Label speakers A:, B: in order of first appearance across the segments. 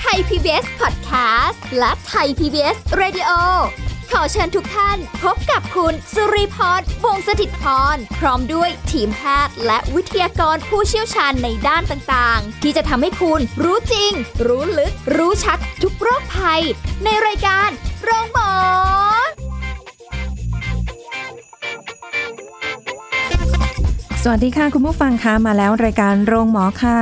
A: ไทย PBS Podcast และไทย PBS Radio ขอเชิญทุกท่านพบกับคุณสุริพรวงศสถิตพร พร้อมด้วยทีมแพทย์และวิทยากรผู้เชี่ยวชาญในด้านต่างๆ ที่จะทำให้คุณรู้จริง รู้ลึก รู้ชัดทุกโรคภัย ในรายการโรงพยาบาล
B: สวัสดีค่ะ คุณผู้ฟังคะมาแล้วรายการโรงหมอค่ะ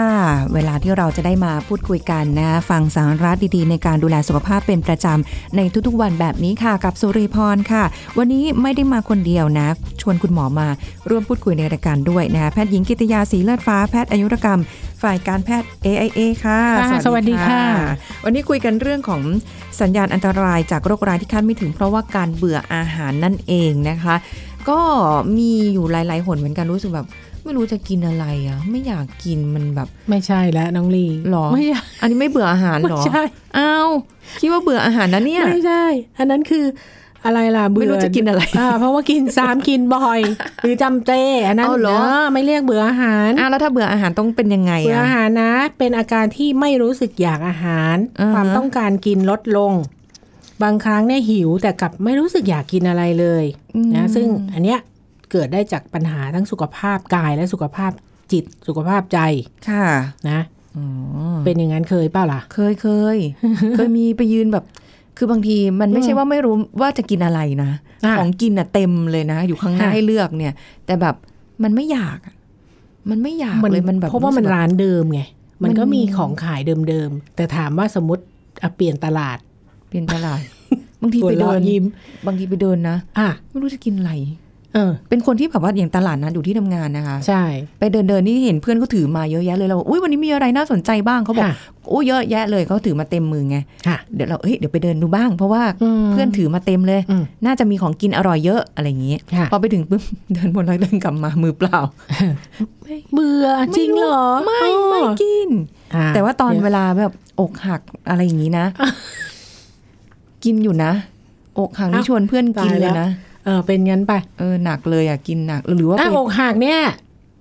B: เวลาที่เราจะได้มาพูดคุยกันนะ ฟังสาระดีๆ ในการดูแลสุขภาพเป็นประจำในทุกๆวันแบบนี้ค่ะ กับสุริพรค่ะ วันนี้ไม่ได้มาคนเดียวนะ ชวนคุณหมอมาร่วมพูดคุยในรายการด้วยนะคะแพทย์หญิงกิตยาสีเลือดฟ้าแพทย์อายุรกรรม ฝ่ายการแพทย์ AIA ค่ะ
C: ค่ะสวัสดีค่ะ
B: วันนี้คุยกันเรื่องของสัญญาณอันตรายจากโรคร้ายที่คาดไม่ถึง เพราะว่าการเบื่ออาหารนั่นเองนะคะ ก็มีอยู่หลาย ๆ หนเหมือนกันรู้สึกแบบ ไม่รู้จะกินอะไรอ่ะ ไม่อยากกินมันแบบ
C: ไม่ใช่แล้วน้องลี
B: หรอ
C: ไม่ใช่
B: อันนี้ไม่เบื่ออาหาร
C: ไม่
B: เหรอ
C: ใช่
B: อ้าวคิดว่าเบื่ออาหารนะเนี่ย
C: ไม่ใช่ อันนั้นคืออะไรล่ะเบื่อ
B: ไม่รู้จะกินอะไร
C: อ่าเพราะว่ากิน ซ้ำกินบ่อย หรือจำเจอันนั้น
B: เอาเหรอ
C: อไม่เรียกเบื่ออาหาร
B: อ้าวแล้วถ้าเบื่ออาหารต้องเป็นยังไง
C: เบื่อ
B: อ่ะ
C: อาหารนะ เป็นอาการที่ไม่รู้สึกอยากอาหาร
B: อ่าฮะ
C: ความต้องการกินลดลง บางครั้งเนี่ยหิวแต่กลับไม่รู้สึกอยากกินอะไรเลยนะซึ่งอันเนี้ยเกิดได้จากปัญหาทั้งสุขภาพกายและสุขภาพจิตสุขภาพใจ
B: ค่ะ
C: นะ
B: อ๋อ
C: เป็นอย่างนั้นเคยเปล่าล่ะ
B: เคยเค ย เคยมีไปยืนแบบ คือบางทีมันไม่ใช่ว่าไม่รู้ว่าจะกินอะไรนะ
C: อ่ะ
B: ของกินอ่ะเต็มเลยนะ อยู่ข้างหน้า
C: ค่ะ
B: ให้เลือกเนี่ย แต่แบบมันไม่อยากอะมันไม่อยากเลยมันแบบ
C: เพราะว่ามัน
B: สึกแบบ
C: ร้านเดิมไง มัน
B: มัน
C: ก็มีของขายเดิมๆ แต่ถามว่าสมมติอ่ะเปลี่ยนตลาด
B: เป็นต ลาดบางทีไป
C: หัว
B: เดิ
C: เราะ
B: น
C: ยิ้ม
B: บางทีไปเดินนะ
C: อ่ะ
B: ไม่รู้จะกินอะไร
C: เออ
B: เป็นคนที่แบบว่าอย่างตลาดนัดอยู่ที่ทำงานนะคะ
C: ใช่
B: ไปเดินเดินนี่เห็นเพื่อนเขาถือมาเยอะแยะเลยเราบอกอุ้ยวันนี้มีอะไรน่าสนใจบ้างเขาบอก
C: ค่ะ
B: อุ้ยเยอะแยะเลยเขาถือมาเต็มมือไง
C: ค่ะ
B: เดี๋ยวเราเฮ้ยเดี๋ยวไปเดินดูบ้าง เพราะว่าเพื่อนถือมาเต็มเลย
C: ม
B: น่าจะมีของกินอร่อยเยอะอะไรอย่างนี้
C: ค่ะ
B: พอไปถึงปุ๊บ เดินบนแล้วเดินกลับมามือเปล่า
C: เบื่อจริงเหรอ
B: ไม่
C: อ๋อ
B: ไม่กิน
C: อ่ะ
B: แต่ว่าตอน
C: เดี๋ย
B: เวลาแบบอกหักอะไรอย่างนี้นะ กินอยู่นะ อกหักนี่ชวนเพื่อนกินเลยนะ
C: เออเป็นงั้นไป
B: เออหนักเลยอ่ะกินหนักหรือว่า
C: อ่ะ
B: ไป
C: อกหักเนี่ย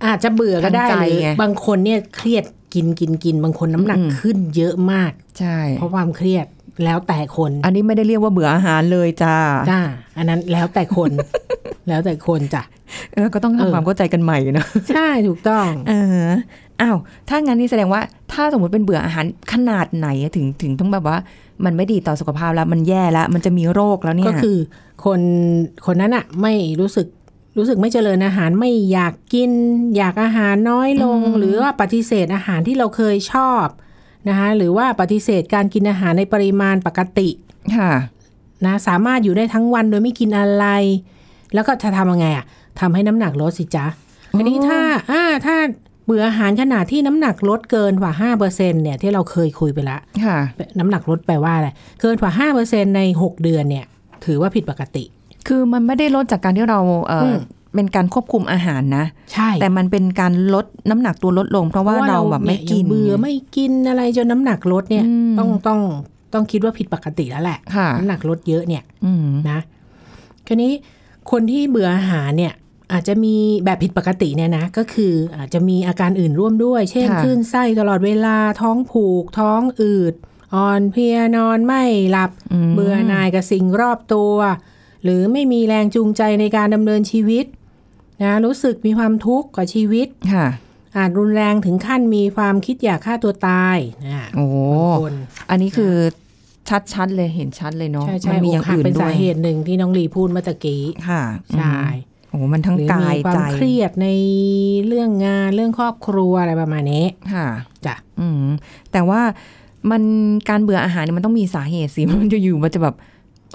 C: อาจจะเบื่อก็ได้
B: ทางใจ
C: หรือ
B: ไง
C: บางคนเนี่ยเครียดกินกินกินบางคนน้ำหนัก
B: อืม
C: ขึ้นเยอะมาก
B: ใช่
C: เพราะความเครียดแล้วแต่คน
B: อันนี้ไม่ได้เรียกว่าเบื่ออาหารเลยจ้า
C: จ้าอันนั้นแล้วแต่ คน แล้วแต่คนจ้ะ
B: เออก็ต้อง
C: เออ
B: ทำความเข้าใจกันใหม่นะ
C: ใช่ถูกต้อง
B: เอออ้าวถ้างั้นนี่แสดงว่าถ้าสมมติเป็นเบื่ออาหารขนาดไหนอะถึงถึงต้องแบบว่า มันไม่ดีต่อสุขภาพแล้ว มันแย่แล้ว มันจะมีโรคแล้วเนี่ย
C: ก็คือคนคนนั้นอะไม่รู้สึกรู้สึกไม่เจริญอาหารไม่อยากกิน อยากอาหารน้อยลง หรือว่าปฏิเสธอาหารที่เราเคยชอบนะคะหรือว่าปฏิเสธการกินอาหารในปริมาณปกติ
B: ค่ะ
C: นะสามารถอยู่ได้ทั้งวันโดยไม่กินอะไร แล้วก็จะทำยังไงอะทำให้น้ำหนักลดสิจ๊ะอันนี้ถ้าอ่าถ้าเบื่ออาหารขนาดที่น้ำหนักลดเกินกว่า5%เนี่ยที่เราเคยคุยไปละ
B: ค่ะ
C: น้ำหนักลดแปลว่าอะไรเกินกว่า5%ใน 6 เดือนเนี่ยถือว่าผิดปกติ
B: คือมันไม่ได้ลดจากการที่เราเอออ
C: ม
B: เป็นการควบคุมอาหารนะ
C: ใช่
B: แต่มันเป็นการลดน้ำหนักตัวลดลง เพราะว่าเราแบบไม่
C: เนี่ย
B: กิน
C: ยังเบื่อไม่กินอะไรจนน้ำหนักลดเนี่ย
B: อืม
C: ต้องต้องต้องคิดว่าผิดปกติแล้วแหละ
B: ค่ะ
C: น้ำหนักลดเยอะเนี่ย
B: อืม
C: นะคราวนี้คนที่เบื่ออาหารเนี่ยอาจจะมีแบบผิดปกติเนี่ยนะก็คืออาจจะมีอาการอื่นร่วมด้วย เช่นคลื่นไส้ตลอดเวลาท้องผูก ท้องอืดอ่อนเพลียนอนไม่หลับ
B: ม
C: เบื่อหน่ายกับสิ่งรอบตัว หรือไม่มีแรงจูงใจในการดำเนินชีวิตนะรู้สึกมีความทุกข์กับชีวิต
B: ค่ะ
C: อาจรุนแรงถึงขั้นมีความคิดอยากฆ่าตัวตายนะ
B: โอ้โห
C: คน
B: อันนี้คือชัดๆเลยเห็นชัดเลยเนาะ
C: ใช่
B: มั
C: ใช่
B: มีอย่ย่า
C: อา
B: ง ง
C: อื่
B: อื่
C: น
B: น
C: เป็น
B: ด้
C: สา
B: วย
C: เหตุหนึ่งที่น้องลีพูดเมื่อตะกี้
B: ค่ะ
C: ใช่
B: โอ้โหมันทั้
C: หรือก
B: งา
C: มี
B: ย
C: ความ
B: ใจ
C: เครียดในเรื่องงานเรื่องครอบครัวอะไรประมาณนี้
B: ค่ะ
C: จ้ะ
B: อืมแต่ว่ามันการเบื่ออาหารเนี่ยมันต้องมีสาเหตุสิ มันจะอยู่ๆมันจะแบบ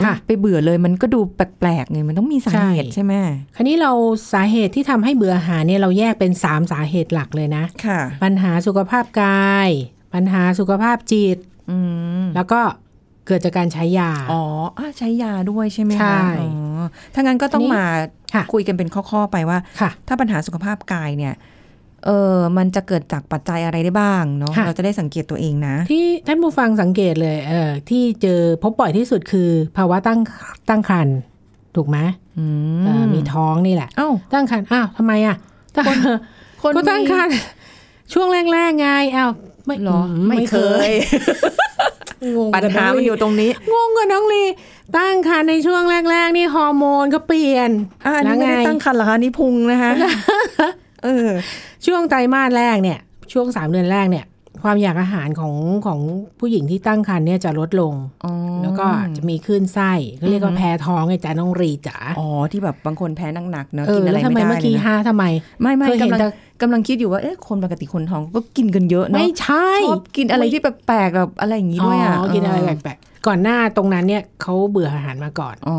C: ค่ะ
B: ไปเบื่อเลยมันก็ดูแปลกๆไงมันต้องมีสาเหตุ
C: ใช่
B: ใช่ไหม
C: คราวนี้เราสาเหตุที่ทำให้เบื่ออาหารเนี่ยเราแยกเป็นสามสาเหตุหลักเลยนะ
B: ค่ะ
C: ปัญหาสุขภาพกาย ปัญหาสุขภาพจิต
B: อืม
C: แล้วก็เกิดจากการใช้ยา
B: อ๋ออ่ะใช้ยาด้วยใช่ไหม
C: ใช่
B: คะอ๋อถ้างั้นก็ต้อง
C: นี่
B: มา
C: ค่ะ
B: คุยกันเป็นข้อๆไปว่า
C: ค่ะ
B: ถ้าปัญหาสุขภาพกายเนี่ยเออมันจะเกิดจากปัจจัยอะไรได้บ้างเนาะ
C: ค่ะ
B: เราจะได้สังเกตตัวเองนะ
C: ที่ท่านผู้ฟังสังเกตเลยเออที่เจอพบบ่อยที่สุดคือภาวะตั้งตั้งครรภ์ ถูกไหม
B: อื
C: เอ่อมีท้องนี่แหละ
B: เอ้า
C: ตั้งครรภ์อ้าวทำไมอ่ะตั้ง
B: คน
C: ก็ตั้ งครรภ์ช่วงแรกๆไงอ้าวไม่
B: เหรอ
C: ม
B: ไม่เคย
C: งง
B: ปัญ
C: กับ
B: หามันอยู่ตรงนี้
C: งงกับน้องลีตั้งครรภ์ในช่วงแรกๆ นี่ฮอร์โมนก็เปลี่ยน
B: อะอัน
C: แล้
B: นี้
C: ว
B: ไม่
C: ไง
B: ได้ตั้งคันเหรอคะนี่พุง นะคะเออ
C: ช่วงไตรมาสแรกเนี่ย ช่วงสามเดือนแรกเนี่ย ความอยากอาหารของของผู้หญิงที่ตั้งครรภ์เนี่ยจะลดลง
B: อ๋อ
C: แล้วก็จะมีคลื่นไส้ก็เรียกว่าแพ้ท้องไงจ้าน้องรีจ๋า
B: อ๋อที่แบบบางคนแพ้หนักๆเนอะ
C: เอ
B: กิ
C: อน
B: อะ
C: แล้
B: ไร
C: วทำไม
B: ไม่ได้
C: เมื่อกี้
B: เลยนะ
C: ฮะทำไม
B: ไม่ไม่
C: เคยเห็น
B: กำลัง
C: แต่
B: กำลังคิดอยู่ว่าเอ๊ะคนปกติคนท้องก็กินกันเยอะเนอะ
C: ไม่ใช่
B: ชอบกินอะไรที่แปลกๆแบบอะไรอย่างนี้ด้วยอ่ะ
C: กินอะไรแปลกๆก่อนหน้าตรงนั้นเนี่ยเขาเบื่ออาหารมาก่อน
B: อ๋อ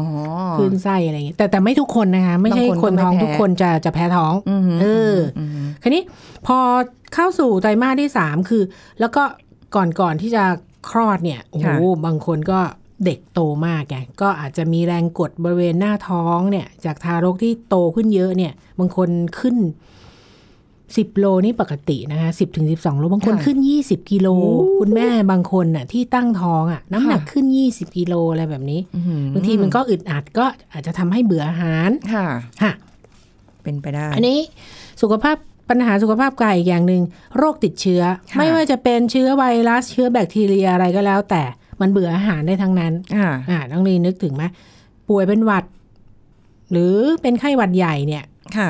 C: คลื่นไส้อะไรอย่างเงี้ยแต่แต่ไม่ทุกคนนะคะไม่ใช่
B: บางคน
C: คนท้อง
B: ก็ไม่แพ้
C: ทุกคนจะจะแพ้ท้อง
B: อืม
C: เออ
B: ม
C: คันนี้พอเข้าสู่ไตรมาสที่สามคือ แล้วก็ก่อนก่อนที่จะคลอดเนี่ยโอ้โหบางคนก็เด็กโตมากไงก็อาจจะมีแรงกดบริเวณหน้าท้องเนี่ย จากทารกที่โตขึ้นเยอะเนี่ย บางคนขึ้นสิบโลนี่ปกตินะคะสิบถึงสิบสองโลบางคนขึ้นยี่สิบกิโลคุณแม่บางคนน่ะที่ตั้งท้องอ่ะ น้ำหนักขึ้นยี่สิบกิโลอะไรแบบนี้
B: อืม
C: บางทีมันก็อึดอัดก็อาจจะทำให้เบื่ออาหาร
B: ค่ะ
C: ค่ะ
B: เป็นไปได้
C: อันนี้สุขภาพปัญหาสุขภาพกายอีกอย่างหนึ่งโรคติดเชื้อ
B: ค่ะ
C: ไม่ว่าจะเป็นเชื้อไวรัสเชื้อแบคทีเรียอะไรก็แล้ว แต่มันเบื่ออาหารได้ทั้งนั้น
B: อ่า
C: อ่าน้องลีนึกถึงไหมป่วยเป็นหวัด หรือเป็นไข้หวัดใหญ่เนี่ย
B: ค่ะ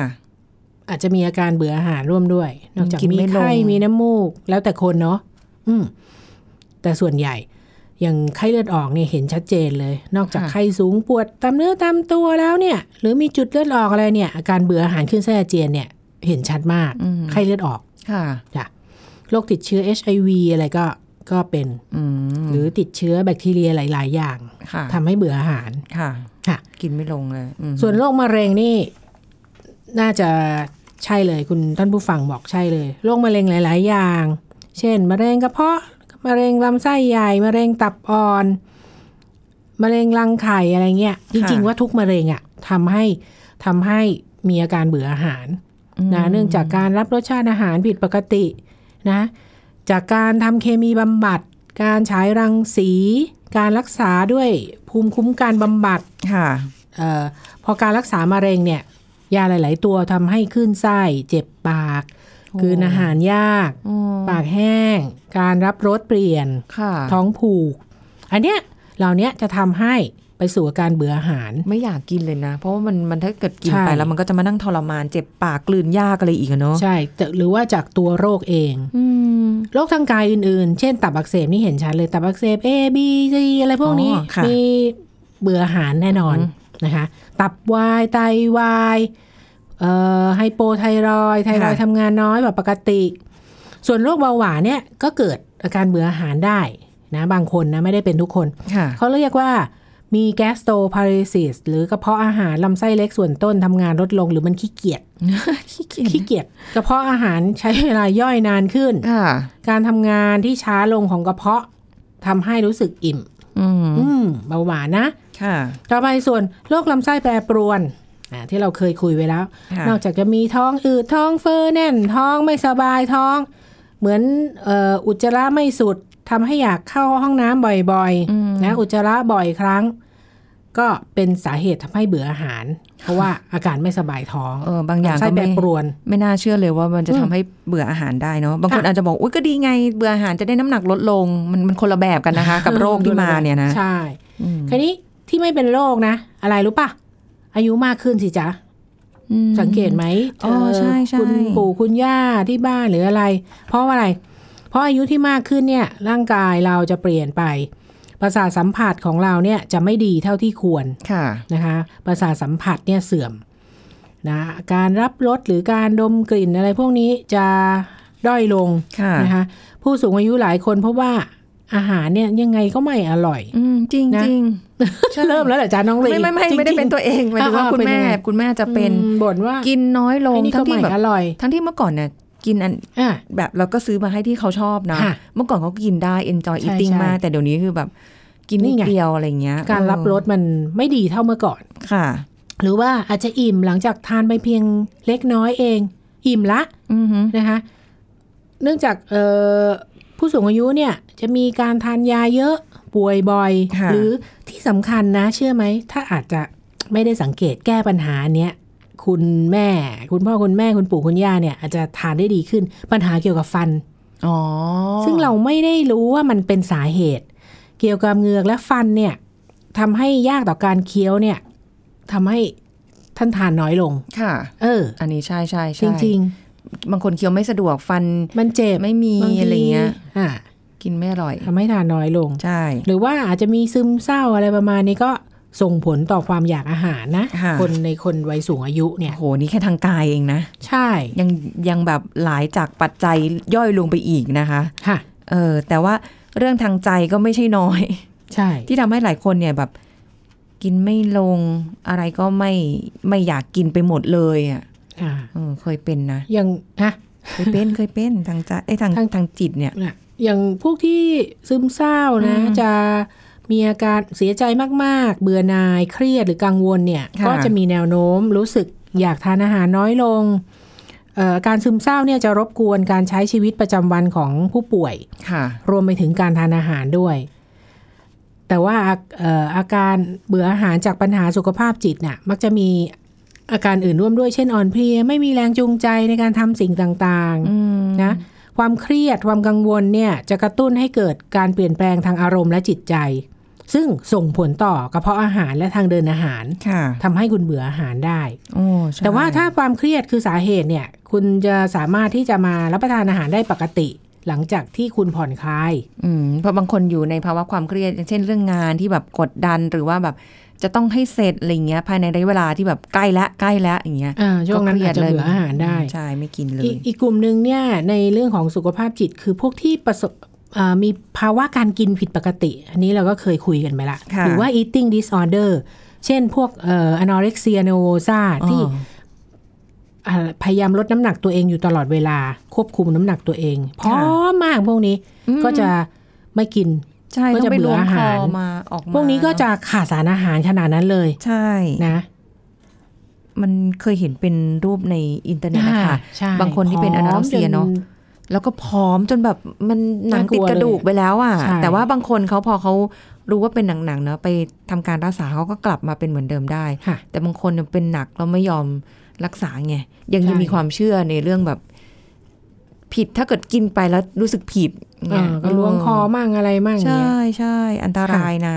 C: อาจจะมีอาการเบื่ออาหารร่วมด้วย นอกจาก
B: กิน
C: มี
B: ไม่ลง
C: ไข้มีน้ำมูก แล้วแต่คนเนาะอืม แต่ส่วนใหญ่ อย่างไข้เลือดออกเนี่ยเห็นชัดเจนเลย นอกจากไข้สูงปวดตามเนื้อตามตัวแล้วเนี่ย หรือมีจุดเลือดออกอะไรเนี่ย อาการเบื่ออาหารขึ้นไส้อาเจียนเนี่ย เห็นชัดมาก
B: อืม
C: ไข้เลือดออก
B: ค่ะ
C: จ้ะโรคติดเชื้อ HIV อะไรก็ก็เป็น
B: อืม
C: หรือติดเชื้อแบคทีเรียหลาย ๆ อย่าง
B: ค่ะ
C: ทำให้เบื่ออาหาร
B: ค่ะ
C: ค่ะ
B: กินไม่ลงเลยอืม
C: ส่วนโรคมะเร็งนี่น่าจะใช่เลยคุณท่านผู้ฟังบอกใช่เลยโรคมะเร็งหลาย ๆ อย่าง เช่น มะเร็งกระเพาะมะเร็งลำไส้ใหญ่มะเร็งตับอ่อนมะเร็งรังไข่อะไรเงี้ย จริง ๆ ว่าทุกมะเร็งอะทำให้ทำให้มีอาการเบื่ออาหารนะเนื่องจากการรับรสชาติอาหารผิดปกตินะ จากการทำเคมีบำบัด การฉายรังสี การรักษาด้วยภูมิคุ้มกันบำบัด
B: ค่ะ
C: เออพอการรักษามะเร็งเนี่ย ยาหลาย ๆ ตัวทำให้ขึ้นไส้เจ็บปาก คืนอาหารยาก
B: อ๋อ
C: ปากแห้ง การรับรสเปลี่ยน
B: ค่ะ
C: ท้องผูก อันเนี้ยเหล่าเนี้ยจะทำให้ไปสู่อาการเบื่ออาหาร
B: ไม่อยากกินเลยนะ เพราะว่ามันมันถ้าเกิดกิน
C: ใช่
B: ไปแล้วมันก็จะมานั่งทรมานเจ็บปากกลืนยากอะไรอีกอะเนาะ
C: ใช่แต่หรือว่าจากตัวโรคเอง
B: อืม
C: โรคทางกายอื่น ๆ เช่น ตับอักเสบนี่เห็นชัดเลย ตับอักเสบ A B C อะไรพวกนี้
B: อ๋อค่ะ
C: มีเบื่ออาหารแน่นอนนะคะ ตับวาย ไตวายเอ่อไฮโปไทรอยด์ไทรอยด์
B: ค่ะ
C: ทำงานน้อยแบบปกติ ส่วนโรคเบาหวานเนี่ยก็เกิดอาการเบื่ออาหารได้นะบางคนนะ ไม่ได้เป็นทุกคน
B: ค่ะ
C: เขาเรียกว่ามีแกสโตพาริซิสหรือกระเพาะอาหารลำไส้เล็กส่วนต้นทำงานลดลงหรือมันขี้เกียจ
B: ขี้เกียจ
C: ขี้เกียจกระเพาะอาหารใช้เวลาย่อยนานขึ้น
B: ค่ะ
C: การทำงานที่ช้าลงของกระเพาะทำให้รู้สึกอิ่ม
B: อืม
C: อืมเบาหวานนะ
B: ค่ะ
C: ต่อไปส่วนโรคลำไส้แปรปรวนอ่าที่เราเคยคุยไว้แล้ว
B: ค่ะ
C: นอกจากจะมีท้องอืดท้องเฟ้อแน่น ท้องไม่สบายท้อง เหมือนเอออุจจาระไม่สุดทำให้อยากเข้าห้องน้ำบ่อย
B: อืม
C: ๆนะอุจจาระบ่อยครั้ง ก็เป็นสาเหตุทำให้เบื่ออาหาร เพราะว่าอาการไม่สบายท้อง
B: เออบางอย่าง
C: ลำไส้
B: ก็
C: แปร
B: ไม่
C: ปรวน
B: ไม่น่าเชื่อเลยว่ามันจะ
C: อืม
B: ทำให้เบื่ออาหารได้เนาะบางคน
C: ค่ะ
B: อาจจะบอกอุ้ยก็ดีไงเบื่ออาหารจะได้น้ำหนักลดลง มันมันคนละแบบกัน นะคะ กับโรคที่มาเนี่ยนะ
C: ใช่
B: อืม
C: คราวนี้ที่ไม่เป็นโรคนะ อะไรรู้ป่ะ อายุมากขึ้นสิจ๊ะ
B: อืม
C: สังเกตไหม
B: อ๋อใช่ใช่
C: คุณปู่คุณย่าที่บ้านหรืออะไร เพราะว่าอะไร เพราะอายุที่มากขึ้นเนี่ย ร่างกายเราจะเปลี่ยนไปประสาทสัมผัสของเราเนี่ยจะไม่ดีเท่าที่ควร
B: ค่ะ
C: นะคะประสาทสัมผัสเนี่ยเสื่อมนะการรับรสหรือการดมกลิ่นอะไรพวกนี้จะด้อยลง
B: ค่ะ
C: นะคะผู้สูงอายุหลายคนเพราะว่าอาหารเนี่ยยังไงก็ไม่อร่อย
B: อืมจริง
C: นะ
B: จริง
C: เริ่มแล้วเหรอจ๊ะน้องลี
B: ไม่ไม่ไม่
C: จริงๆ
B: ไม่ได้เป็นตัวเองหมายถึงว่า
C: อ่า
B: คุณ
C: เป็น
B: แม่
C: ยังไง
B: คุณแม่จะเป็น
C: อืมบ่นว่า
B: กินน้อยลง
C: ไอ้นี่
B: ทั้
C: ก็
B: งที่
C: ไม่
B: แบบ
C: อร่อย
B: ทั้งที่เมื่อก่อนเนี่ยกินอัน
C: อ่ะ
B: แบบเราก็ซื้อมาให้ที่เขาชอบนะ
C: ค่ะ
B: เมื่อก่อนเขาก็กินได้ enjoy
C: ใช่
B: eating
C: ใช่
B: มาก แต่เดี๋ยวนี้คือแบบกินนิ
C: นี่
B: ด
C: ไง
B: เดียวอะไรเงี้ย
C: การรับรสมันไม่ดีเท่าเมื่อก่อน
B: ค่ะ
C: หรือว่าอาจจะอิ่มหลังจากทานไปเพียงเล็กน้อยเอง อิ่มละ
B: อือฮึ
C: นะคะ เนื่องจากเอ่อผู้สูงอายุเนี่ยจะมีการทานยาเยอะป่วยบ่อย
B: ค่ะ
C: หรือที่สำคัญนะ เชื่อไหม ถ้าอาจจะ ไม่ได้สังเกตแก้ปัญหาเนี้ยคุณแม่ คุณพ่อคุณแม่คุณปู่คุณย่าเนี่ยอาจจะทานได้ดีขึ้นปัญหาเกี่ยวกับฟัน
B: อ๋อ
C: ซึ่งเราไม่ได้รู้ว่ามันเป็นสาเหตุ เกี่ยวกับเหงือกและฟันเนี่ยทำให้ยากต่อการเคี้ยวเนี่ยทำให้ท่านทานน้อยลง
B: ค่ะ
C: เออ
B: อันนี้ใช่ใช่
C: จ
B: ใช่
C: ริง
B: บางคนเคี้ยวไม่สะดวกฟัน
C: ๆ มันเจ็บ
B: ไม่มี
C: บางที
B: อะไรเงี้ย
C: อ่า
B: กินไม่อร่อย
C: ทำให้ทานน้อยลง
B: ใช่
C: หรือว่าอาจจะมีซึมเศร้าอะไรประมาณนี้ก็ส่งผลต่อความอยากอาหารนะ
B: ค่ะ
C: คนในคนวัยสูงอายุเนี่ย
B: โอ้โหนี่แค่ทางกายเองนะ
C: ใช่
B: ยังยังแบบหลายจากปัจจัยย่อยลงไปอีกนะคะ
C: ค่ะ
B: เออแต่ว่าเรื่องทางใจก็ไม่ใช่น้อย
C: ใช่
B: ที่ทำให้หลายคนเนี่ยแบบ กินไม่ลงอะไรก็ไม่ไม่อยากกินไปหมดเลยอ่ะ
C: อ่า
B: เออเคยเป็นนะ
C: ยังฮะ
B: เคยเป็นเคยเป็นทางใจไอ้ยทาง
C: ทาง
B: ทางจิตเนี่ย
C: เนี่ยอย่างพวกที่ซึมเศร้านะ
B: อืม
C: จะมีอาการเสียใจมากๆ เบื่อหน่ายเครียดหรือกังวลเนี่ย
B: ค่ะ
C: ก็จะมีแนวโน้มรู้สึกอยากทานอาหารน้อยลงเอ่ออาการซึมเศร้าเนี่ยจะรบกวนการใช้ชีวิตประจำวันของผู้ป่วย
B: ค่ะ
C: รวมไปถึงการทานอาหารด้วย แต่ว่าอาเอ่ออาการเบื่ออาหารจากปัญหาสุขภาพจิตน่ะมักจะมีอาการอื่นร่วมด้วยเช่นอ่อนเพลียไม่มีแรงจูงใจในการทำสิ่งต่างๆ
B: อืม
C: นะความเครียดความกังวลเนี่ยจะกระตุ้นให้เกิดการเปลี่ยนแปลงทางอารมณ์และจิตใจ ซึ่งส่งผลต่อกระเพาะอาหารและทางเดินอาหาร
B: ค่ะ
C: ทำให้คุณเบื่ออาหารได้
B: โอ้ใช่
C: แต่ว่าถ้าความเครียดคือสาเหตุเนี่ยคุณจะสามารถที่จะมารับประทานอาหารได้ปกติ หลังจากที่คุณผ่อนคลาย
B: อืมเพราะบางคนอยู่ในภาวะความเครียดอย่างเช่นเรื่องงานที่แบบกดดันหรือว่าแบบ จะต้องให้เสร็จอะไรเงี้ย ภายในระยะเวลาที่แบบใกล้ละใกล้ละอย่างเงี้ย
C: อ่าช่วงนั้น
B: ก็ครี
C: อาจ
B: ด
C: จะ
B: ลย
C: เบื่ออาหารได้
B: ใช่ไม่กินเลย
C: อีกอีกกลุ่มหนึ่งเนี่ยในเรื่องของสุขภาพจิตคือพวกที่ประสบอ่ามีภาวะการกินผิดปกติ อันนี้เราก็เคยคุยกันไปละ
B: ะ
C: หรือว่า eating disorder เช่นพวกเอ่อ anorexia nervosa ที่
B: อ๋อ
C: อ่าพยายามลดน้ำหนักตัวเองอยู่ตลอดเวลา ควบคุมน้ำหนักตัวเองพร้อมมากพวกนี้
B: อืม
C: ก็จะไม่กิน
B: ใช่
C: ก็
B: ต้อ
C: จะ
B: งไป
C: เบื่
B: รว
C: อ
B: ม
C: อา
B: ค
C: หา
B: อ
C: ร
B: มาออกมา
C: พวกนี้ก็จะขาดสารอาหารขนาดนั้นเลย
B: ใช่
C: นะ
B: มันเคยเห็นเป็นรูปในอินเทอร์เน็ตนะคะ
C: ใช่
B: บางคนที่เป็น
C: ผม
B: anorexia เนอะ แล้วก็ผอมจนแบบมันหนัง
C: น่ากลัว
B: ติดกระดูกไปแล้วอ่ะ
C: ใช่
B: แต่ว่าบางคนเขาพอเขารู้ว่าเป็นหนังๆเนอะไปทำการรักษาเขาก็กลับมาเป็นเหมือนเดิมได้
C: ค่ะ
B: แต่บางคนเนี่ยเป็นหนักแล้วไม่ยอมรักษาไงยัง
C: ใช่
B: ยังมีความเชื่อในเรื่องแบบ ผิดถ้าเกิดกินไปแล้วรู้สึกผิด
C: อ่า
B: เนี่ย
C: ก็ล้วงคอมั่งอะไรมั่งอย่าง
B: ใช่
C: เงี้ย
B: ใช่อันตรายนะ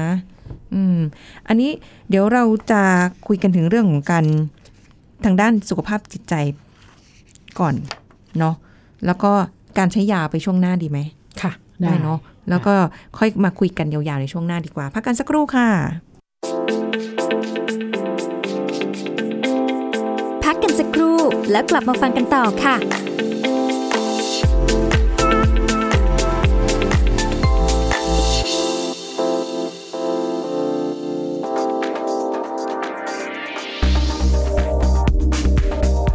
B: อืม อันนี้เดี๋ยวเราจะคุยกันถึงเรื่องของการทางด้านสุขภาพจิตใจก่อนเนาะแล้วก็การใช้ยาไปช่วงหน้าดีไหม
C: ค่ะ
B: ได้เนาะแล้วก็ค่อยมาคุยกันยาวๆ ในช่วงหน้าดีกว่า พักกันสักครู่ค่ะ
A: พักกันสักครู่แล้วกลับมาฟังกันต่อค่ะ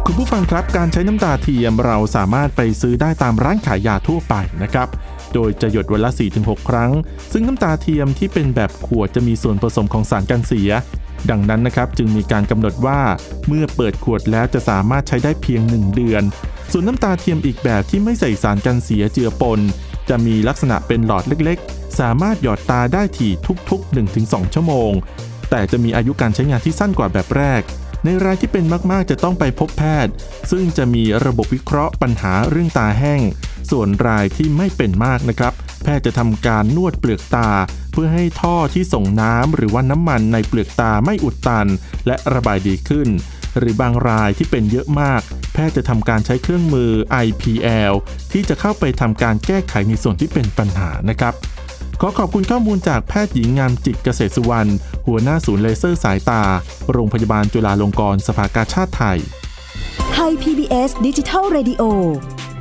D: คุณผู้ฟังครับการใช้น้ำตาเทียมเราสามารถไปซื้อได้ตามร้านขายยาทั่วไปนะครับ โดยจะหยดวันละ 4-6 ครั้ง ซึ่งน้ำตาเทียมที่เป็นแบบขวดจะมีส่วนผสมของสารกันเสีย ดังนั้นนะครับจึงมีการกำหนดว่าเมื่อเปิดขวดแล้วจะสามารถใช้ได้เพียง 1 เดือน ส่วนน้ำตาเทียมอีกแบบที่ไม่ใส่สารกันเสียเจือปน จะมีลักษณะเป็นหลอดเล็กๆ สามารถหยอดตาได้ถี่ทุกๆ 1-2 ชั่วโมง แต่จะมีอายุการใช้งานที่สั้นกว่าแบบแรก ในรายที่เป็นมากๆ จะต้องไปพบแพทย์ ซึ่งจะมีระบบวิเคราะห์ปัญหาเรื่องตาแห้ง ส่วนรายที่ไม่เป็นมากนะครับ แพทย์จะทำการนวดเปลือกตา เพื่อให้ท่อที่ส่งน้ำหรือว่าน้ำมันในเปลือกตาไม่อุดตัน และระบายดีขึ้น หรือบางรายที่เป็นเยอะมาก แพทย์จะทำการใช้เครื่องมือ IPL ที่จะเข้าไปทำการแก้ไขในส่วนที่เป็นปัญหานะครับ ขอขอบคุณข้อมูลจากแพทย์หญิงงามจิตเกษตรสุวรรณ หัวหน้าศูนย์เลเซอร์สายตา โรงพยาบาลจุฬาลงกรณ์สภากาชาติไทย
E: ไทย PBS ดิจิทัล Radio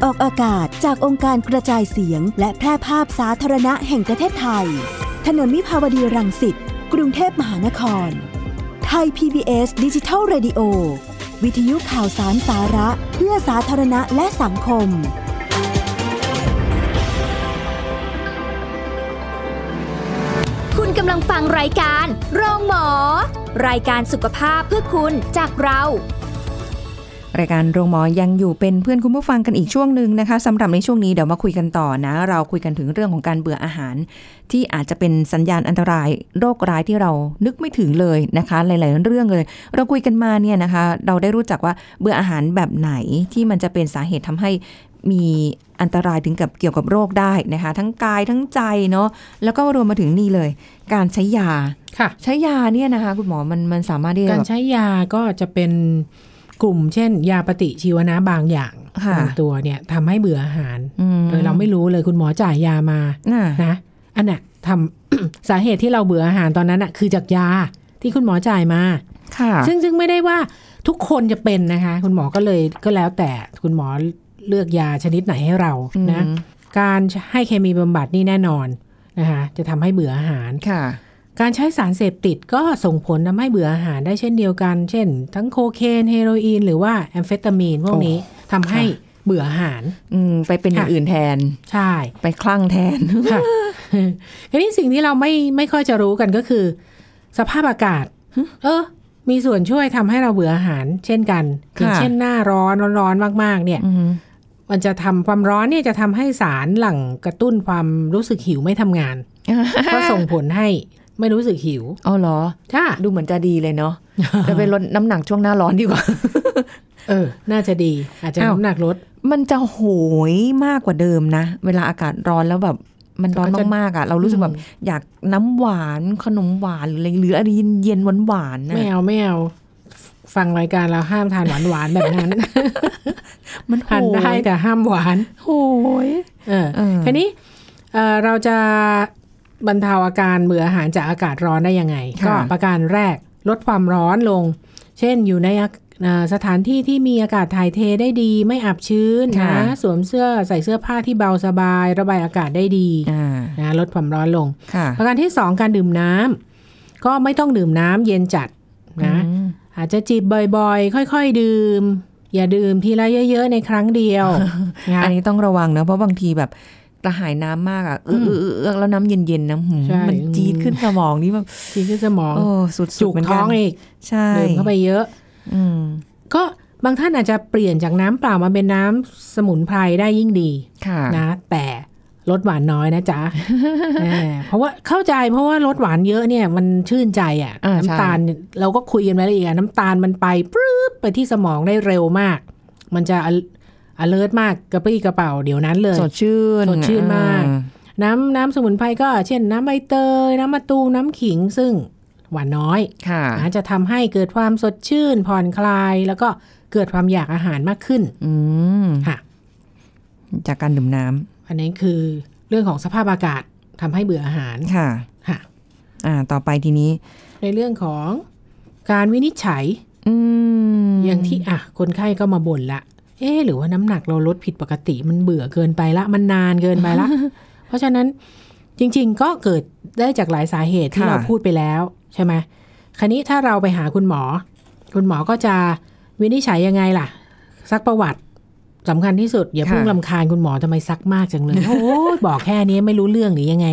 E: ออกอากาศจากองค์การกระจายเสียง และแพร่ภาพสาธารณะแห่งประเทศไทย ถนนมิภาวดีรังสิต กรุงเทพมหานคร ไทย PBS ดิจิทัล Radio วิทยุข่าวสารสาระเพื่อสาธารณะและสังคม
A: คุณกำลังฟังรายการ โรงหมอ รายการสุขภาพเพื่อคุณจากเรา
B: รายการโรงหมอยังอยู่เป็นเพื่อนคุณผู้ฟังกันอีกช่วงหนึ่งนะคะสำหรับในช่วงนี้เดี๋ยวมาคุยกันต่อนะ เราคุยกันถึงเรื่องของการเบื่ออาหาร ที่อาจจะเป็นสัญญาณอันตรายโรคร้ายที่เรานึกไม่ถึงเลยนะคะ หลาย ๆ เรื่องเลย เราคุยกันมาเนี่ยนะคะ เราได้รู้จักว่าเบื่ออาหารแบบไหนที่มันจะเป็นสาเหตุทำให้มีอันตรายถึงกับเกี่ยวกับโรคได้นะคะ ทั้งกายทั้งใจเนาะแล้วก็รวมมาถึงนี่เลย การใช้ยา
C: ค่ะ
B: ใช้ยาเนี่ยนะคะคุณหมอมันมันสามารถที่จะ
C: การ
B: แบบ
C: ใช้ยาก็จะเป็นกลุ่มเช่น ยาปฏิชีวนะบางอย่าง
B: ค่ะ
C: บางตัวเนี่ยทำให้เบื่ออาหาร
B: อืม
C: เออเราไม่รู้เลยคุณหมอจ่ายยามา
B: น่ะ
C: นะอันน่ะทำ สาเหตุที่เราเบื่ออาหารตอนนั้นน่ะคือจากยาที่คุณหมอจ่ายมา
B: ค่ะ
C: ซึ่งซึ่งไม่ได้ว่าทุกคนจะเป็นนะคะ คุณหมอก็เลยก็แล้วแต่คุณหมอเลือกยาชนิดไหนให้เรานะ
B: อืม
C: การให้เคมีบำบัดนี่แน่นอนนะคะจะทำให้เบื่ออาหาร
B: ค่ะ
C: การใช้สารเสพติดก็ส่งผลทำให้เบื่ออาหารได้เช่นเดียวกัน เช่น ทั้งโคเคนเฮโรอีนหรือว่าแอมเฟตามีนพวกนี้ทำให้เบื่ออาหาร
B: อืมไปเป็นอย่าง
C: ค่ะ
B: อื่นแทน
C: ใช่
B: ไปคลั่งแทน
C: ค่ะ ทีนี้สิ่งที่เราไม่ไม่ค่อยจะรู้กันก็คือ สภาพอากาศ เออ มีส่วนช่วยทำให้เราเบื่ออาหาร เช่นกันอย่าง
B: ค่ะ
C: เช่นหน้าร้อนร้อนๆมากๆ เนี่ย
B: อืม
C: มันจะทำความร้อนเนี่ยจะทำให้สารหลั่งกระตุ้นความรู้สึกหิวไม่ทำงาน ก็ส่งผลให้ไม่รู้สึกหิว
B: เอาเหรอ
C: ค่ะ
B: ดูเหมือนจะดีเลยเนาะ จะไปลดน้ำหนักช่วงหน้าร้อนดีกว่า
C: เออ น่าจะดี อาจจะ
B: อ้าว
C: น้ำหนักลด
B: มันจะโหยมากกว่าเดิมนะ เวลาอากาศร้อนแล้วแบบมันร้อน
C: ก็จะ
B: มากๆอ่ะ เรารู้สึกแบบอยากน้ำหวานขนมหวานหรืออะไรหรืออะไรเย็นๆหวานๆ
C: ไม่
B: นะ
C: เอาไม่เอา ฟังรายการเราห้ามทานหวานหวานๆ แบบนั้น
B: มันโห
C: ทานได้
B: ย
C: แต่ห้ามหวาน
B: โหย
C: เออ
B: เออ
C: ทีนี้เอ่อเราจะบรรเทาอาการเบื่ออาหารจากอากาศร้อนได้ยังไง
B: ค่ะ
C: ก็ประการแรกลดความร้อนลง เช่นอยู่ในอาเอ่อสถานที่ที่มีอากาศถ่ายเทได้ดี ไม่อับชื้นนะสวมเสื้อใส่เสื้อผ้าที่เบาสบาย ระบายอากาศได้ดี
B: อ่า
C: นะลดความร้อนลง
B: ค่ะ
C: ประการที่สองการดื่มน้ำก็ไม่ต้องดื่มน้ำเย็นจัดนะ
B: อืม
C: อาจจะจิบบ่อยๆ ค่อยๆ ดื่ม อย่าดื่มทีละเยอะๆ ในครั้งเดี ยวนะ
B: อันนี้ต้องระวังนะเพราะบางทีแบบกระหายน้ำมากอ่ะเอื้อเอื้อเอื้อแล้วน้ำเย็นๆนะหืม
C: ใช่
B: มันจี๊ดขึ้นสมองนี่แบบ
C: จีนขึ้นสมอง
B: โอ้สุดๆ
C: จุก
B: เหมืน
C: ท้องอีก
B: ใช่
C: ดื่มเข้าไปเยอะ
B: อืม
C: ก็บางท่านอาจจะเปลี่ยนจากน้ำเปล่ามาเป็นน้ำสมุนไพรได้ยิ่งดี
B: ค่ะ
C: นะ แต่ลดหวานน้อยนะ จ๊ะเออเพราะว่าเข้าใจเพราะว่าลดหวานเยอะเนี่ยมันชื่นใจอ่ะ
B: อ่าใช่
C: น้ำตาลเราก็คุยกันมาแล้วอีกอะน้ำตาลมันไปปื๊บไปที่สมองได้เร็วมาก มันจะ alert มากกระปรี้กระเป๋าเดี๋ยวนั้นเลย
B: สดชื่น
C: สดชื่นมาก
B: อ่
C: น้ำน้ำสมุนไพรก็เช่นน้ำใบเตย น้ำมะตูมน้ำขิงซึ่งหวานน้อย
B: ค่ะ
C: อาจจะทำให้เกิดความสดชื่น ผ่อนคลาย แล้วก็เกิดความอยากอาหารมากขึ้น
B: อืม
C: ค่ะ
B: จากการดื่มน้ำ
C: อันนี้คือเรื่องของสภาพอากาศทำให้เบื่ออาหาร
B: ค่ะ
C: ค่ะ
B: อ่า ต่อไปทีนี้
C: ในเรื่องของการวินิจฉัย
B: อืม
C: อย่างที่อ่ะคนไข้ก็มาบ่นละ เอ๊ะหรือว่าน้ำหนักเราลดผิดปกติมันเบื่อเกินไปละ มันนานเกินไป ละ เพราะฉะนั้นจริง ๆ ก็เกิดได้จากหลายสาเหตุที่เราพูดไปแล้วใช่ไหมคันนี้ถ้าเราไปหาคุณหมอ คุณหมอก็จะวินิจฉัยยังไงล่ะ ซักประวัติสำคัญที่สุด อย่าเพิ่งลำคาญคุณหมอทำไมซักมากจังเลย โอ้ยบอกแค่นี้ไม่รู้เรื่องหรือยังไง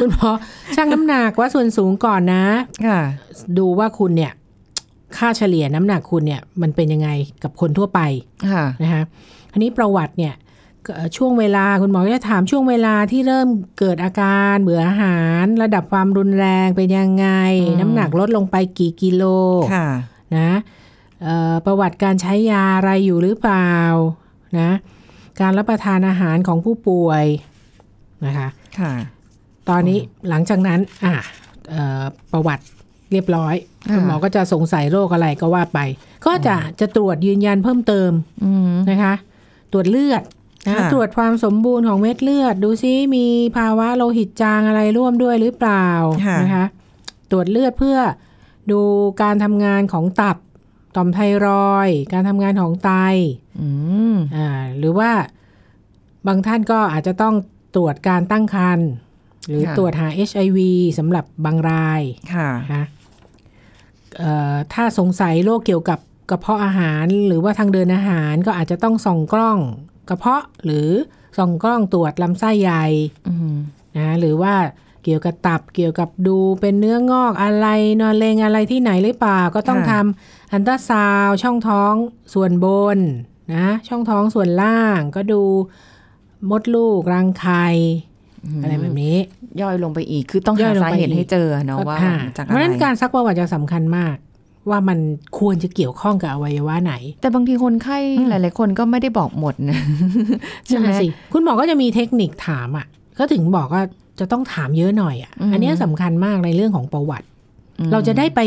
C: คุณหมอชั่งน้ำหนักว่าส่วนสูงก่อนนะ
B: ค่ะ
C: ดูว่าคุณเนี่ย ค่าเฉลี่ยน้ำหนักคุณเนี่ย มันเป็นยังไงกับคนทั่วไป
B: ค่ะ
C: นะคะทีนี้ประวัติเนี่ยก็เอ่อช่วงเวลาคุณหมอก็จะถามช่วงเวลาที่เริ่มเกิดอาการเบื่ออาหาร ระดับความรุนแรงเป็นยังไง
B: อืม
C: น้ำหนักลดลงไปกี่กิโล
B: ค่ะ
C: นะเอ่อประวัติการใช้ยาอะไรอยู่หรือเปล่านะการรับประทานอาหารของผู้ป่วยนะคะ
B: ค่ะ
C: ตอนนี้หลังจากนั้นอ่ะเอ่อประวัติเรียบร้อย
B: อ่า
C: คุณหมอก็จะสงสัยโรคอะไรก็ว่าไป ก็จะจะตรวจยืนยันเพิ่มเติม
B: อืม
C: นะคะตรวจเลือดนะคะ
B: ค่ะ
C: ตรวจความสมบูรณ์ของเม็ดเลือด ดูซิมีภาวะโลหิตจางอะไรร่วมด้วยหรือเปล่านะคะตรวจเลือดเพื่อดูการทำงานของตับต่อมไทรอยด์การทำงานของไต
B: อืม
C: อ่าหรือว่าบางท่านก็อาจจะต้องตรวจการตั้งครรภ์หรือ
B: ค่ะ
C: ตรวจหา HIV สำหรับบางราย
B: ค่ะ
C: นะคะเอ่อถ้าสงสัยโรคเกี่ยวกับกระเพาะอาหารหรือว่าทางเดินอาหารก็อาจจะต้องส่องกล้องกระเพาะหรือส่องกล้องตรวจลำไส้ใหญ่
B: อืม
C: นะหรือว่าเกี่ยวกับตับเกี่ยวกับดูเป็นเนื้องอกอะไรนอนเลงอะไรที่ไหนหรือเปล่าก็ต้องทำ
B: ค่ะ
C: อันตราซาวด์ช่องท้องส่วนบนนะช่องท้องส่วนล่างก็ดูมดลูกรังไข่อะไรแบบนี้
B: ย่อยลงไปอีก คือต้อง
C: ย่
B: หา
C: อยลง
B: สา
C: ไป
B: เหตุ
C: อีก
B: ให้เจอเนาะว่า
C: อ่
B: มันจาก
C: เพ
B: อะ
C: ราะ
B: ไร
C: ฉะนั้นการซักประวัติจะสำคัญมาก ว่ามันควรจะเกี่ยวข้องกับอวัยวะไหน
B: แต่บางทีคนไข้หลาย ๆ คนก็ไม่ได้บอกหมดนะใช่ไหม
C: นั่นสิคุณหมอก็จะมีเทคนิคถามอ่ะ ก็ถึงบอกว่าจะต้องถามเยอะหน่อยอ่ะ
B: อืม
C: อันเนี้ยสำคัญมากในเรื่องของประวัติ
B: อืม
C: เราจะได้ไป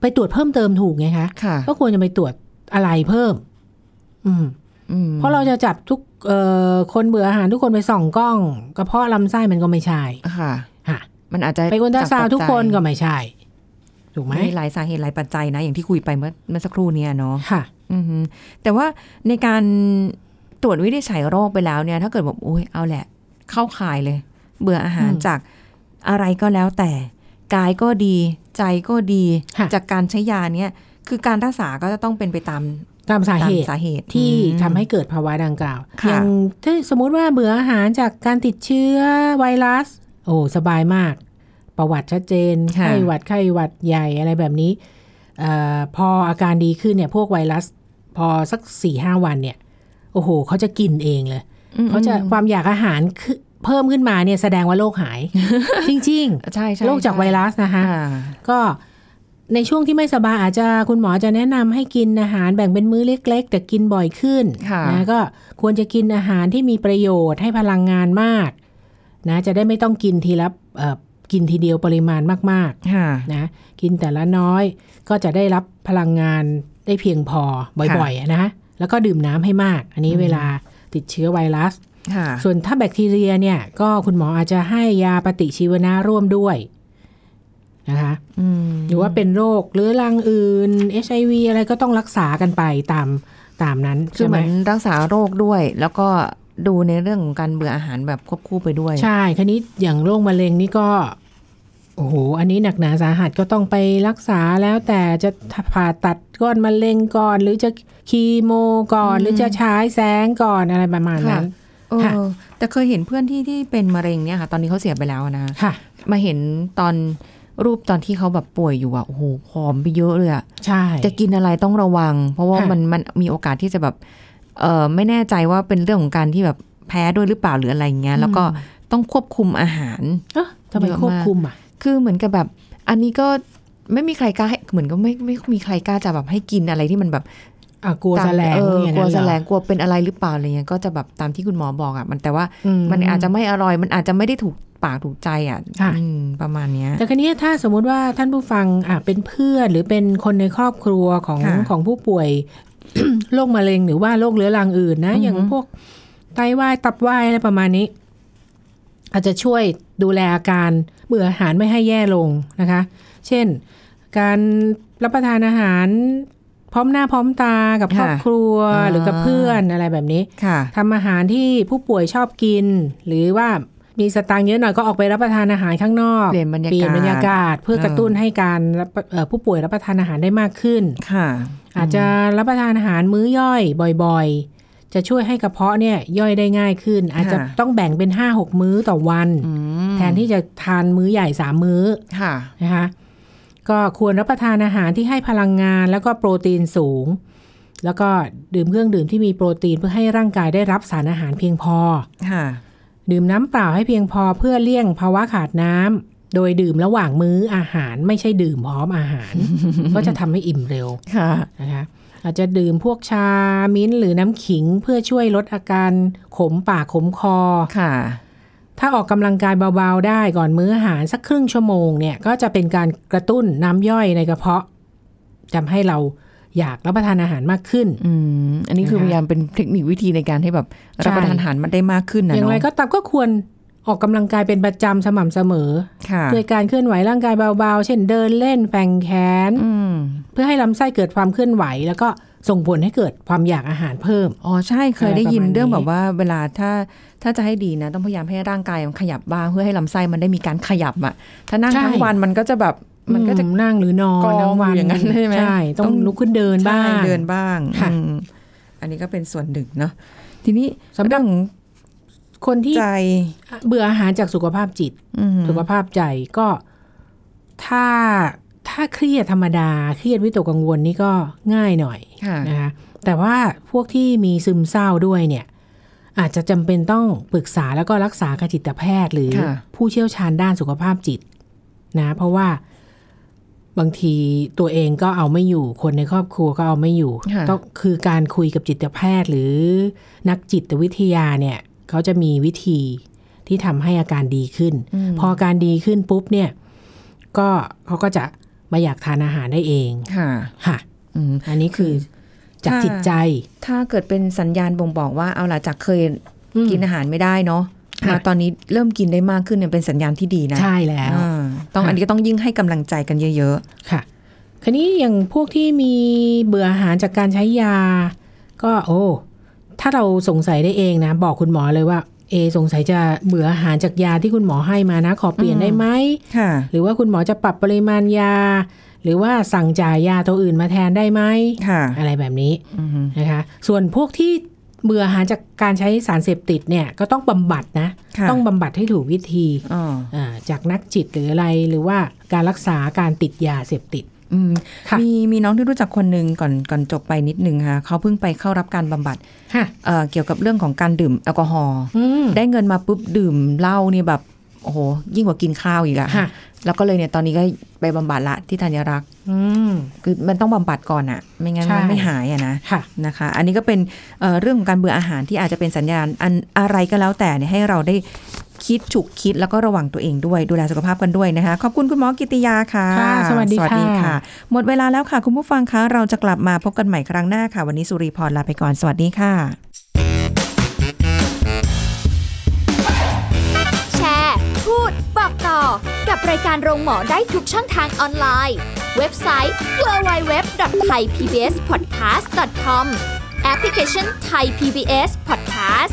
C: ไปตรวจเพิ่มเติมถูกไงคะ
B: ค่ะ
C: ก็ควรจะไปตรวจอะไรเพิ่ม อืม
B: อืม
C: เพราะเราจะจับทุกเอ่อคนเบื่ออาหารทุกคนไปส่องกล้องกระเพาะลำไส้มันก็ไม่ใช่
B: ค่ะ
C: ค่ะ
B: มันอาจจะ
C: ไปอุลตราซาว
B: จปัจจั
C: ด์
B: ย
C: ทุกคนก็ไม่ใช่ ถูกไหม
B: มีหลายสาเหตุหลายปัจจัยนะ อย่างที่คุยไปเมื่อเมื่อสักครู่เนี่ยเนาะ
C: ค่ะ
B: อือฮึแต่ว่าในการตรวจวินิจฉัยโรคไปแล้วเนี่ย ถ้าเกิดแบบโอ้ยเอาแหละ เข้าข่ายเลย เบื่ออาหาร
C: อืม
B: จากอะไรก็แล้วแต่ กายก็ดี ใจก็ดี
C: ค่ะ
B: จากการใช้ยาเนี่ยคือการรักษาก็จะต้องเป็นไปตาม
C: ตามสา
B: ตาม
C: เหตุ
B: สาเหตุ
C: ที่
B: อืม
C: ทำให้เกิดภาวะดังกล่าว
B: ค่ะ
C: อย่างถ้าสมมุติว่าเบื่ออาหารจากการติดเชื้อไวรัส โอ้สบายมาก ประวัติชัดเจน ไข้หวัดไข้หวัดใหญ่อะไรแบบนี้เออพออาการดีขึ้นเนี่ย พวกไวรัส พอสักสี่ห้าวันเนี่ย โอ้โห เขาจะกินเองเลย
B: อืม
C: เขาจะความอยากอาหารคือเพิ่มขึ้นมาเนี่ยแสดงว่าโรคหาย จริง
B: ใช่ใช่
C: ๆ โรคจากไวรัสนะคะ
B: อ่า
C: ก็ในช่วงที่ไม่สบายอาจจะคุณหมอจะแนะนำให้กินอาหารแบ่งเป็นมื้อเล็ก ๆ แต่กินบ่อยขึ้น
B: ค่ะ
C: นะก็ควรจะกินอาหารที่มีประโยชน์ให้พลังงานมากนะจะได้ไม่ต้องกินทีละเอ่อกินทีเดียวปริมาณมาก
B: ค่ะ
C: ๆนะกินแต่ละน้อยก็จะได้รับพลังงานได้เพียงพอบ่อยๆอะนะแล้วก็ดื่มน้ำให้มาก อันนี้เวลาติดเชื้อไวรัส
B: ค่ะ
C: ส่วนถ้าแบคทีเรียเนี่ยก็คุณหมออาจจะให้ยาปฏิชีวนะร่วมด้วยนะคะ
B: อืม
C: หรือว่าเป็นโรคเรื้อรังอื่น HIV อะไรก็ต้องรักษากันไปตามตามนั้น
B: คื
C: ใช่
B: อเห
C: ไหม
B: มือนรักษาโรคด้วย แล้วก็ดูในเรื่องของการเบื่ออาหารแบบควบคู่ไปด้วย
C: ใช่คันนี้อย่างโรคมะเร็งนี่ก็ โอ้โห อันนี้หนักหนาสาหัสก็ต้องไปรักษาแล้วแต่จะผ่าตัดก้อนมะเร็งก่อน หรือจะคีโมก่อน หรือจะใช้แสงก่อนอะไรประมาณนั้น
B: เออ
C: ค่ะ
B: แต่เคยเห็นเพื่อนที่ที่เป็นมะเร็งเนี่ยค่ะ ตอนนี้เขาเสียไปแล้วนะ
C: ค่ะ
B: มาเห็นตอนรูปตอนที่เขาแบบป่วยอยู่อะโอ้โหผอมไปเยอะเลยอะ
C: ใช่
B: จะกินอะไรต้องระวัง เพราะว่า
C: ค่ะ
B: มันมันมีโอกาสที่จะแบบเออไม่แน่ใจว่าเป็นเรื่องของการที่แบบแพ้ด้วยหรือเปล่าหรืออะไรเงี้ยแล้วก็ต้องควบคุมอาหาร
C: เอ๊ะทำไม
B: เยอะมาก
C: ควบคุมอ่ะ
B: คือเหมือนกับแบบ อันนี้ก็ไม่มีใครกล้าให้เหมือนก็ไม่ไม่มีใครกล้าจะแบบให้กินอะไรที่มันแบบ
C: อ่ะกลัว
B: ตาม
C: แสลง
B: เออ
C: อย่าง
B: กลั
C: นั้
B: วนแส
C: เหร
B: ล
C: อง
B: กลัวเป็นอะไรหรือเปล่าอะไรเงี้ยก็จะแบบตามที่คุณหมอบอกอ่ะมันแต่ว่า
C: อื
B: มันอาจจะไม่อร่อย มันอาจจะไม่ได้ถูกปากถูกใจอ่ะ
C: ค่ะ
B: อืมประมาณเนี้ย
C: แต่คันนี้ยถ้าสมมุติว่าท่านผู้ฟังอ่ะเป็นเพื่อนหรือเป็นคนในครอบครัวของ
B: ค่ะ
C: ของผู้ป่วย โรคมะเร็งหรือว่าโรคเรื้อรังอื่นนะ
B: อือฮึ
C: อย่างพวกไตวายตับวายอะไรประมาณนี้ อาจจะช่วยดูแลอาการเบื่ออาหารไม่ให้แย่ลงนะคะ เช่น การรับประทานอาหาร พร้อมหน้าพร้อมตากับครอบครัวหรือกับเพื่อนอะไรแบบนี้
B: ค่ะ
C: ทำอาหารที่ผู้ป่วยชอบกิน หรือว่ามีสตางค์เยอะหน่อยก็ออกไปรับประทานอาหารข้างนอก
B: เปลี่ยนบรรยากาศ
C: บรรยากาศ เพื่อ
B: เออ
C: กระตุ้นให้การรับประเอ่อผู้ป่วยรับประทานอาหารได้มากขึ้น
B: ค่ะ
C: อาจจะรับประทานอาหารมื้อย่อยบ่อยๆ จะช่วยให้กระเพาะเนี่ยย่อยได้ง่ายขึ้น อาจจะต้องแบ่งเป็น 5-6 มื้อต่อวัน
B: อืม
C: แทนที่จะทานมื้อใหญ่ 3 มื้อ
B: ค่ะ
C: นะคะก็ควรรับประทานอาหารที่ให้พลังงาน แล้วก็โปรตีนสูง แล้วก็ดื่มเครื่องดื่มที่มีโปรตีนเพื่อให้ร่างกายได้รับสารอาหารเพียงพอ
B: ค่ะ
C: ดื่มน้ำเปล่าให้เพียงพอเพื่อเลี่ยงภาวะขาดน้ำโดยดื่มระหว่างมื้ออาหารไม่ใช่ดื่มพร้อมอาหาร ก็จะทำให้อิ่มเร็ว
B: ค่ะ
C: นะคะอาจจะดื่มพวกชามิ้นท์หรือน้ำขิงเพื่อช่วยลดอาการขมปากขมคอ
B: ค่ะ
C: ถ้าออกกำลังกายเบาๆได้ก่อนมื้ออาหารสักครึ่งชั่วโมงเนี่ยก็จะเป็นการกระตุ้นน้ำย่อยในกระเพาะทำให้เราอยากรับประทานอาหารมากขึ้น
B: อืม อันนี้คือพยายามเป็นเทคนิควิธีในการให้แบบ
C: ใช่
B: รับประทานอาหารมันได้มากขึ้นนะ
C: อย่างไร
B: เนาะ
C: ก็ตามก็ควรออกกำลังกายเป็นประจำสม่ำเสมอ
B: ค่ะ
C: โดยการเคลื่อนไหวร่างกายเบาๆ เช่นเดินเล่นแฝงแขน
B: อืม
C: เพื่อให้ลำไส้เกิดความเคลื่อนไหว แล้วก็ส่งผลให้เกิดความอยากอาหารเพิ่ม
B: อ๋อใช่เคยได้ยิน
C: อะไรประมาณนี้
B: เรื่องแบบว่าเวลาถ้าถ้าจะให้ดีนะ ต้องพยายามให้ร่างกายมันขยับบ้างเพื่อให้ลำไส้มันได้มีการขยับอ่ะถ้านั่งทั้งวันมันก็จะแบบมันก็จะ
C: อืนั่งหรือนอน
B: กอง
C: ทั้งวัน
B: อยู่อย่างนั้นใช่ไหม
C: ใช่ต้อง
B: ต้อง
C: ลุกขึ้นเดินบ้าง
B: ใช่เดินบ้าง
C: ค่ะ
B: อืมอันนี้ก็เป็นส่วนหนึ่งเนาะทีนี้
C: สำหรับ
B: เอง
C: คนที่
B: ใจ
C: เบื่ออาหารจากสุขภาพจิต
B: อืม
C: สุขภาพใจก็ถ้า ถ้าเครียดธรรมดาเครียดวิตกกังวลนี่ก็ง่ายหน่อย
B: ค่ะ
C: นะคะแต่ว่าพวกที่มีซึมเศร้าด้วยเนี่ย อาจจะจำเป็นต้องปรึกษาแล้วก็รักษากับจิตแพทย์หรือ
B: ค่ะ
C: ผู้เชี่ยวชาญด้านสุขภาพจิตนะเพราะว่าบางทีตัวเองก็เอาไม่อยู่ คนในครอบครัวก็เอาไม่อยู่
B: ค่ะ
C: ต้องคือการคุยกับจิตแพทย์ หรือนักจิตวิทยาเนี่ยเขาจะมีวิธีที่ทำให้อาการดีขึ้น พออาการดีขึ้นปุ๊บเนี่ยก็เขาก็จะมาอยากทานอาหารได้เอง
B: ค่ะ
C: ค่ะ
B: อืม
C: อันนี้คือจาก
B: ค่ะ
C: จิตใจ
B: ถ้าเกิดเป็นสัญญาณบ่งบอกว่าเอาล่ะจากเคย
C: อืม
B: กินอาหารไม่ได้เนาะ
C: ค่ะ
B: มาตอนนี้เริ่มกินได้มากขึ้นเนี่ยเป็นสัญญาณที่ดีนะ
C: ใช่แล้ว
B: อ่าต้องอันนี้ก็ต้องยิ่งให้กำลังใจกันเยอะ
C: ค่ะคันนี้อย่างพวกที่มีเบื่ออาหารจากการใช้ยา ก็โอ้ ถ้าเราสงสัยได้เองนะ บอกคุณหมอเลยว่า เอ สงสัยจะเบื่ออาหารจากยาที่คุณหมอให้มานะ ขอเปลี่ยน
B: อืม
C: ได้ไหม
B: ๆ ค่ะ
C: หรือว่าคุณหมอจะปรับปริมาณยา หรือว่าสั่งจ่ายยาตัวอื่นมาแทนได้ไหม
B: ค่ะ
C: อะไรแบบนี้
B: อือฮึ
C: นะคะ ส่วนพวกที่เบื่ออาหารจากการใช้สารเสพติดเนี่ยก็ต้องบำบัดนะ
B: ค่ะ
C: ต้องบำบัดให้ถูกวิธี
B: อ๋อ
C: อ่าจากนักจิตหรืออะไร หรือว่าการรักษาการติดยาเสพติด
B: อืม
C: ค่ะ
B: มีมีน้องที่รู้จักคนหนึ่งก่อนก่อนจบไปนิดนึงค่ะเขาเพิ่งไปเข้ารับการบำบัด
C: ค่ะ
B: เอ่อเกี่ยวกับเรื่องของการดื่มแอลกอฮอล์
C: อืม
B: ได้เงินมาปุ๊บดื่มเหล้านี่แบบโอ้โหยิ่งกว่ากินข้าวอีกอะ
C: ค่ะ
B: แล้วก็เลยเนี่ยตอนนี้ก็ไปบำบัดละที่ธัญรักษ์
C: อืม
B: คือมันต้องบำบัดก่อนอะไม่งั้นมัน
C: ใช่
B: ไม่หายอะนะ
C: ค่ะ
B: นะคะอันนี้ก็เป็นเอ่อเรื่องของการเบื่ออาหารที่อาจจะเป็นสัญญาณอันอะไรก็แล้วแต่เนี่ยให้เราได้คิดฉุกคิดแล้วก็ระวังตัวเองด้วยดูแลสุขภาพกันด้วยนะคะ ขอบคุณคุณหมอกิติยาค่ะ
C: ค่ะสวัสดีค่ะ
B: หมดเวลาแล้วค่ะ คุณผู้ฟังคะเราจะกลับมาพบกันใหม่ครั้งหน้าค่ะ วันนี้สุริพรลาไปก่อนสวัสดีค่ะ
A: แชร์ พูด บอกต่อ กับรายการโรงหมอได้ทุกช่องทางออนไลน์ เว็บไซต์ www.thaipbspodcast.com แอปพลิเคชัน Thai PBS Podcast